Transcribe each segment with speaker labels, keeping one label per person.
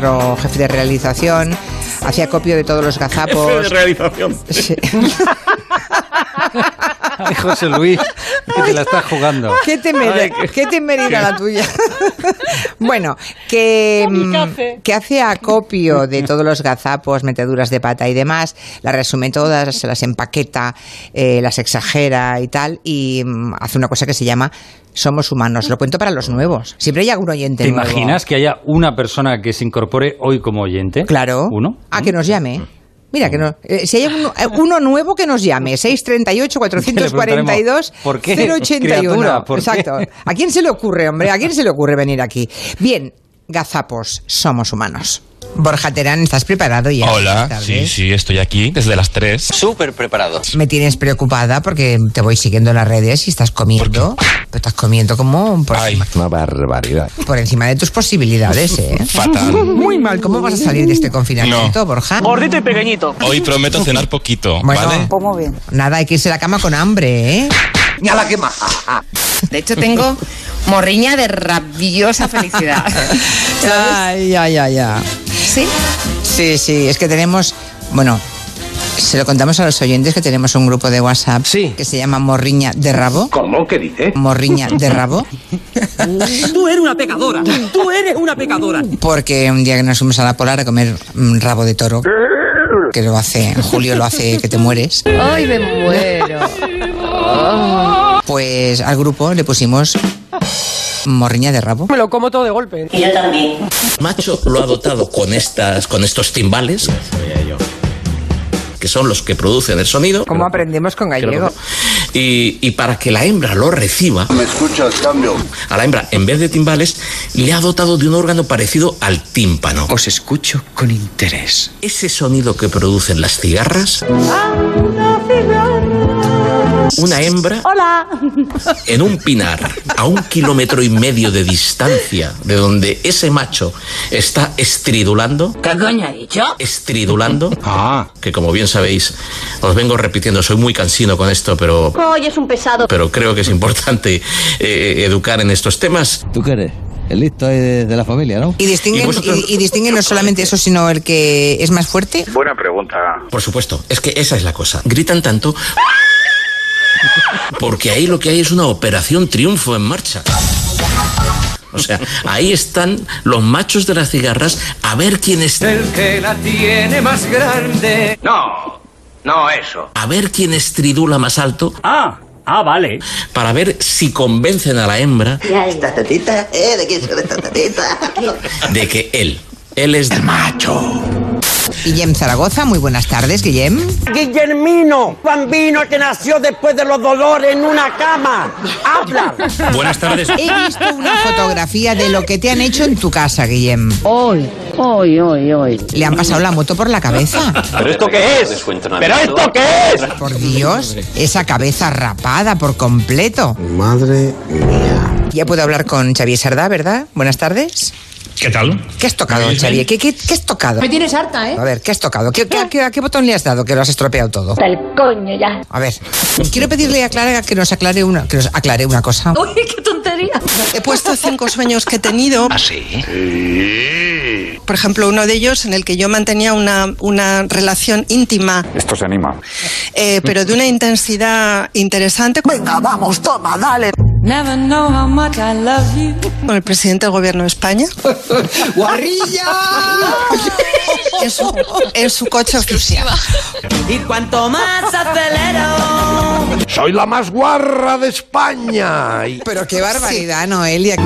Speaker 1: nuestro jefe de realización, hacía copio de todos los
Speaker 2: Jefe de
Speaker 1: gazapos.
Speaker 2: realización.
Speaker 1: Sí.
Speaker 3: Ay, José Luis, que te la estás jugando.
Speaker 1: ¿Qué temeridad,
Speaker 2: Ay, qué-
Speaker 1: qué temeridad la tuya? bueno, que, mm,
Speaker 4: Kamikaze.
Speaker 1: que hace acopio de todos los gazapos, meteduras de pata y demás, las resume todas, se las empaqueta, eh, las exagera y tal, y mm, hace una cosa que se llama Somos Humanos. Lo cuento para los nuevos. Siempre hay algún oyente
Speaker 3: ¿Te
Speaker 1: nuevo.
Speaker 3: imaginas que haya una persona que se incorpore hoy como oyente?
Speaker 1: Claro.
Speaker 3: ¿Uno?
Speaker 1: A que nos llame. Mira, que no, eh, si hay un- eh, uno nuevo que nos llame, 638-442-081.
Speaker 3: ¿Por qué, criatura? ¿Por qué?
Speaker 1: Exacto. ¿A quién se le ocurre, hombre? ¿A quién se le ocurre venir aquí? Bien, gazapos, somos humanos. Borja Terán, ¿estás preparado ya? Buenas
Speaker 5: Hola,
Speaker 1: tardes.
Speaker 5: sí, sí, estoy aquí desde las 3.
Speaker 6: Súper preparados.
Speaker 1: Me tienes preocupada porque te voy siguiendo en las redes y estás comiendo. Pero estás comiendo como un por,
Speaker 5: Ay,
Speaker 7: Una barbaridad.
Speaker 1: por encima de tus posibilidades, ¿eh?
Speaker 5: fatal.
Speaker 1: Muy mal. ¿Cómo vas a salir de este confinamiento,
Speaker 5: No.
Speaker 1: Borja?
Speaker 4: Gordito y pequeñito.
Speaker 5: Hoy prometo cenar poquito,
Speaker 1: Bueno, pues
Speaker 5: ¿vale?
Speaker 8: Como bien.
Speaker 1: Nada, hay que irse a la cama con hambre, ¿eh?
Speaker 8: A la quema.
Speaker 9: De hecho, tengo morriña de rabiosa felicidad.
Speaker 1: Ay, ay, ay, ay.
Speaker 9: ¿Sí?
Speaker 1: Sí, sí, es que tenemos, bueno, se lo contamos a los oyentes que tenemos un grupo de WhatsApp
Speaker 3: Sí.
Speaker 1: que se llama Morriña de Rabo.
Speaker 2: ¿Cómo? ¿Qué dice?
Speaker 1: Morriña de Rabo,
Speaker 4: Tú eres una pecadora. Tú eres una pecadora.
Speaker 1: porque un día que nos fuimos a la polar a comer mm, rabo de toro, que lo hace, Julio lo hace que te mueres,
Speaker 9: ¡Ay, me muero!
Speaker 1: pues al grupo le pusimos Morriña de Rabo.
Speaker 4: Me lo como todo de golpe.
Speaker 6: Macho lo ha dotado con estas, con estos timbales. Que son los que producen el sonido.
Speaker 1: ¿Cómo aprendemos con gallego?
Speaker 6: Y, y para que la hembra lo reciba. ¿Me escuchas, cambio? A la hembra, en vez de timbales, le ha dotado de un órgano parecido al tímpano.
Speaker 10: Os escucho con interés.
Speaker 6: Ese sonido que producen las cigarras. Una hembra. En un pinar, a un kilómetro y medio de distancia de donde ese macho está estridulando.
Speaker 9: ¿Qué coño he dicho?
Speaker 6: estridulando.
Speaker 10: Ah.
Speaker 6: Que como bien sabéis, os vengo repitiendo, soy muy cansino con esto, pero. Hoy es un pesado. Pero creo que es importante eh, educar en estos temas.
Speaker 7: ¿Tú qué eres? El listo ahí de, de la familia, ¿no?
Speaker 1: Y distinguen,
Speaker 6: Y vosotros-
Speaker 1: y- y distinguen no solamente eso, sino el que es más fuerte.
Speaker 6: Por supuesto, es que esa es la cosa. Gritan tanto. Porque ahí lo que hay es una operación triunfo en marcha. O sea, ahí están los machos de las cigarras a ver quién está.
Speaker 10: El que la tiene más grande.
Speaker 2: No, no eso.
Speaker 6: A ver quién estridula más alto
Speaker 10: Ah, ah, vale.
Speaker 6: para ver si convencen a la hembra
Speaker 8: Esta tetita, ¿eh? ¿De quién son estas tetitas?
Speaker 6: de que él, él es el macho.
Speaker 1: Guillem Zaragoza, muy buenas tardes, Guillem.
Speaker 4: Guillermino, bambino que nació después de los dolores en una cama. Habla.
Speaker 6: Buenas tardes.
Speaker 1: He visto una fotografía de lo que te han hecho en tu casa, Guillem.
Speaker 9: Hoy, hoy, hoy, hoy.
Speaker 1: Le han pasado la moto por la cabeza.
Speaker 2: ¿Pero esto qué es? ¿Pero esto qué es?
Speaker 1: Por Dios, esa cabeza rapada por completo. Madre mía. Ya puedo hablar con Xavier Sardá, ¿verdad? Buenas tardes.
Speaker 5: ¿Qué tal?
Speaker 1: ¿Qué has tocado,
Speaker 5: Bien.
Speaker 1: Xavier? ¿Qué, qué, qué has tocado?
Speaker 9: Me tienes harta, ¿eh?
Speaker 1: A ver, ¿qué has tocado? ¿Qué, qué- a qué- a qué botón le has dado que lo has estropeado todo?
Speaker 9: El coño ya.
Speaker 1: A ver, quiero pedirle a Clara que nos aclare una, que nos aclare una cosa.
Speaker 9: Uy, qué tontería.
Speaker 8: He puesto cinco sueños que he tenido.
Speaker 10: ¿Ah, sí?
Speaker 8: Por ejemplo, uno de ellos en el que yo mantenía una, una relación íntima,
Speaker 10: Esto se anima.
Speaker 8: eh, pero de una intensidad interesante. Venga, vamos, toma, dale. Con el presidente del gobierno de España. En su, en su coche oficial.
Speaker 4: Y cuanto más acelero.
Speaker 7: Soy la más guarra de España. Y...
Speaker 1: Pero qué barbaridad, Noelia.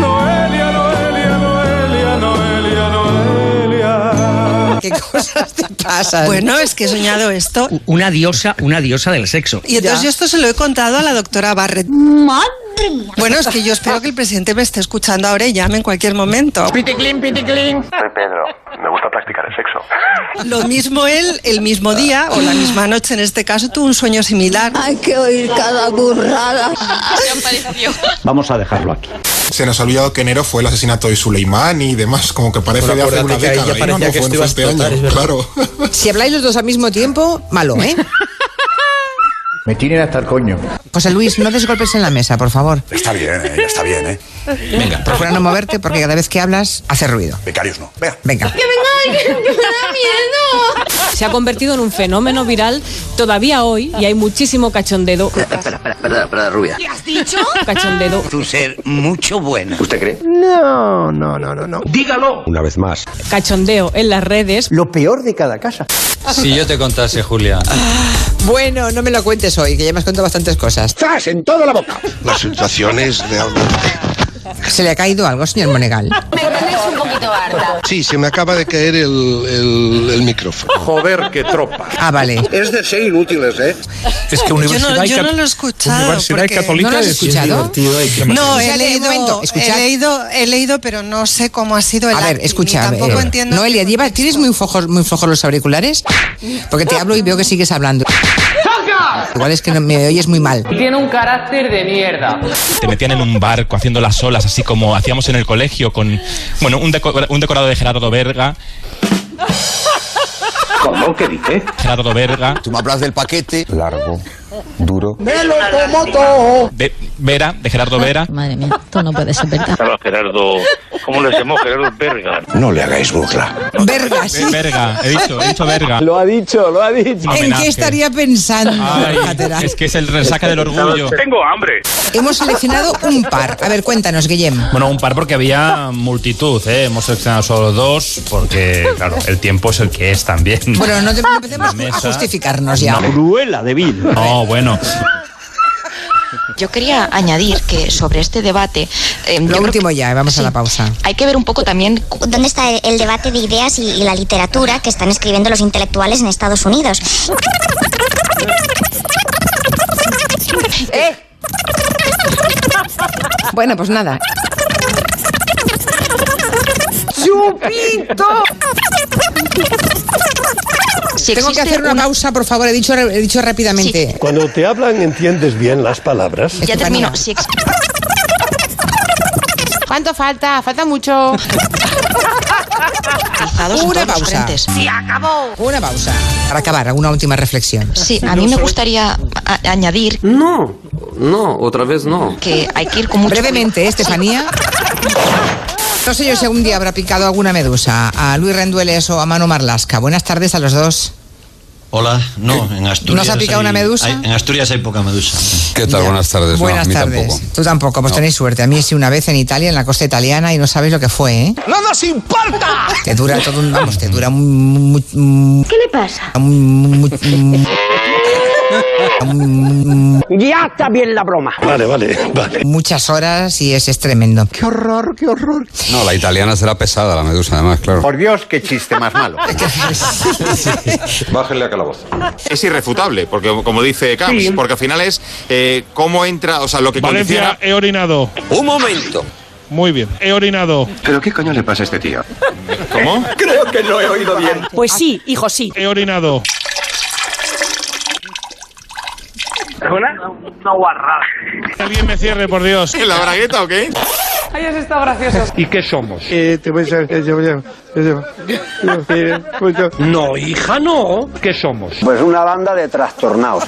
Speaker 1: ¿Qué cosas te pasan?
Speaker 8: Bueno, es que he soñado esto.
Speaker 10: Una diosa, una diosa del sexo.
Speaker 8: Y entonces
Speaker 1: Ya.
Speaker 8: yo esto se lo he contado a la doctora Barrett. Bueno, es que yo espero que el presidente me esté escuchando ahora y llame en cualquier momento.
Speaker 2: Soy Pedro. Me gusta practicar el sexo.
Speaker 8: Lo mismo él, el mismo día, o la misma noche en este caso, tuvo un sueño similar.
Speaker 9: Hay que oír cada burrada.
Speaker 3: Vamos a dejarlo aquí.
Speaker 5: Se nos ha olvidado que enero fue el asesinato de Suleimani y demás, como que parece de hace una década. y no, no, fue, no fue este año, claro.
Speaker 1: Si habláis los dos al mismo tiempo, malo, ¿eh?
Speaker 11: Me tienen hasta el coño.
Speaker 1: José Luis, no des golpes en la mesa, por favor.
Speaker 11: Está bien, eh, está bien, ¿eh? Venga,
Speaker 1: Procura no moverte porque cada vez que hablas hace ruido.
Speaker 11: Becarios no. Venga.
Speaker 1: Venga.
Speaker 4: venga alguien, que me da miedo. Se ha convertido en un fenómeno viral todavía hoy y hay muchísimo cachondeo.
Speaker 6: Espera, espera, espera, rubia.
Speaker 4: ¿Qué has dicho? Cachondeo.
Speaker 6: Tú ser mucho buena. ¿Usted cree?
Speaker 12: No, no, no, no, no. Dígalo. Una vez más.
Speaker 4: Cachondeo en las redes.
Speaker 12: Lo peor de cada casa.
Speaker 13: Si yo te contase, Julia.
Speaker 1: Bueno, no me lo cuentes hoy, que ya me has contado bastantes cosas.
Speaker 14: ¡Zas! En toda la boca.
Speaker 1: Las sensaciones de algo. ¿Se le ha caído algo, señor Monegal?
Speaker 15: Me tenéis un poquito harta.
Speaker 16: Sí, se me acaba de caer el, el- el micrófono. Joder, qué tropa.
Speaker 1: Ah, vale.
Speaker 16: Es de ser inútiles, ¿eh?
Speaker 11: Es que
Speaker 9: Yo no, yo no lo he escuchado. porque-
Speaker 1: ¿No lo has escuchado? O
Speaker 9: No,
Speaker 1: sea,
Speaker 9: he
Speaker 1: que, un
Speaker 9: leído,
Speaker 1: momento, escuchad.
Speaker 9: he leído, he leído, pero no sé cómo ha sido el
Speaker 1: A ver,
Speaker 9: acting,
Speaker 1: escucha.
Speaker 9: y
Speaker 1: a ver.
Speaker 8: eh,
Speaker 9: Tampoco entiendo.
Speaker 1: Noelia, lleva, ¿tienes muy flojos, muy flojos los auriculares? Porque te hablo y veo que sigues hablando. Igual es que no- me oyes muy mal.
Speaker 17: Tiene un carácter de mierda.
Speaker 18: Te metían en un barco haciendo las olas, así como hacíamos en el colegio con, bueno, un, deco- un decorado de Gerardo Verga.
Speaker 11: ¿Cómo? ¿Qué dices?
Speaker 18: Gerardo Verga.
Speaker 11: Tú me hablas del paquete. Largo, duro.
Speaker 14: ¡Me lo como todo!
Speaker 18: De Vera, de Gerardo Vera.
Speaker 8: Madre mía, esto no puede ser verdad.
Speaker 18: Estaba Gerardo. ¿Cómo le llamó Gerardo Verga?
Speaker 11: No le hagáis burla.
Speaker 1: Verga, sí.
Speaker 18: Verga, he dicho, he dicho Verga.
Speaker 11: Lo ha dicho, lo ha dicho.
Speaker 1: ¿En qué estaría pensando?
Speaker 18: Ay,
Speaker 1: Cátedra?
Speaker 18: es que es el resaca del orgullo.
Speaker 1: Tengo
Speaker 18: hambre.
Speaker 1: Hemos seleccionado un par. A ver, cuéntanos, Guillem.
Speaker 18: Bueno, un par porque había multitud, ¿eh? Hemos seleccionado solo dos porque, claro, el tiempo es el que es también.
Speaker 1: Bueno, no, te, no empecemos
Speaker 18: Mesa.
Speaker 1: a justificarnos ya.
Speaker 18: Cruela de Vil.
Speaker 1: eh,
Speaker 18: No, bueno.
Speaker 8: Yo quería añadir que sobre este debate. eh, yo
Speaker 1: Lo
Speaker 8: creo
Speaker 1: último ya, vamos a la pausa.
Speaker 8: que Hay que ver un poco también.
Speaker 19: ¿Dónde está el, el debate de ideas y, y la literatura que están escribiendo los intelectuales en Estados Unidos?
Speaker 8: Eh. Bueno, pues nada.
Speaker 1: ¡Chupito! Tengo que hacer una, pausa, por favor. He dicho, he dicho rápidamente.
Speaker 14: Cuando te hablan, entiendes bien las palabras.
Speaker 1: Ya termino.
Speaker 20: ¿Cuánto falta? Falta mucho.
Speaker 8: en
Speaker 1: Una
Speaker 8: todos los
Speaker 1: pausa.
Speaker 8: frentes.
Speaker 1: acabó. Una pausa. Para acabar, alguna última reflexión.
Speaker 8: Sí, a mí me gustaría a- añadir
Speaker 21: No, no, otra vez no.
Speaker 8: que hay que ir con mucho
Speaker 1: Brevemente, Estefanía. No sé yo si algún día habrá picado alguna medusa a Luis Rendueles o a Mano Marlasca. Buenas tardes a los dos.
Speaker 22: Hola, no, en Asturias.
Speaker 1: ¿No se ha picado
Speaker 22: hay-
Speaker 1: una medusa?
Speaker 22: hay- en Asturias hay poca medusa.
Speaker 16: ¿Qué tal? Buenas tardes. No,
Speaker 1: Buenas
Speaker 16: a mí
Speaker 1: tardes.
Speaker 16: tampoco.
Speaker 1: Tú tampoco, pues tenéis suerte. A mí sí una vez en Italia, en la costa italiana, y no sabéis lo que fue, ¿eh?
Speaker 14: ¡No nos importa!
Speaker 1: Te dura todo un... Vamos, te dura un... ¿Qué le pasa?
Speaker 21: Ya está bien la broma.
Speaker 16: Vale, vale, vale.
Speaker 1: Muchas horas y es, es tremendo.
Speaker 14: ¡Qué horror, qué horror!
Speaker 16: No, la italiana será pesada, la medusa, además, claro. Por Dios, qué chiste más malo. Bájenle a calabozo.
Speaker 23: Es irrefutable, porque como dice Camps,
Speaker 3: Sí.
Speaker 23: porque al final es eh, cómo entra, o sea, lo que
Speaker 3: Valencia,
Speaker 23: condiciona...
Speaker 3: he orinado.
Speaker 23: Un momento.
Speaker 3: Muy bien, he orinado.
Speaker 23: ¿Pero qué coño le pasa a este tío?
Speaker 3: ¿Cómo? Creo que lo he oído bien.
Speaker 4: Pues sí, hijo, sí.
Speaker 3: He orinado.
Speaker 23: ¿Hola? Una guarrada.
Speaker 3: Que alguien me cierre, por Dios.
Speaker 23: ¿En la bragueta o qué?
Speaker 3: Ay, has estado gracioso. ¿Y qué somos? No, hija, no. ¿Qué somos?
Speaker 4: Ah,
Speaker 21: Pues una banda de trastornados.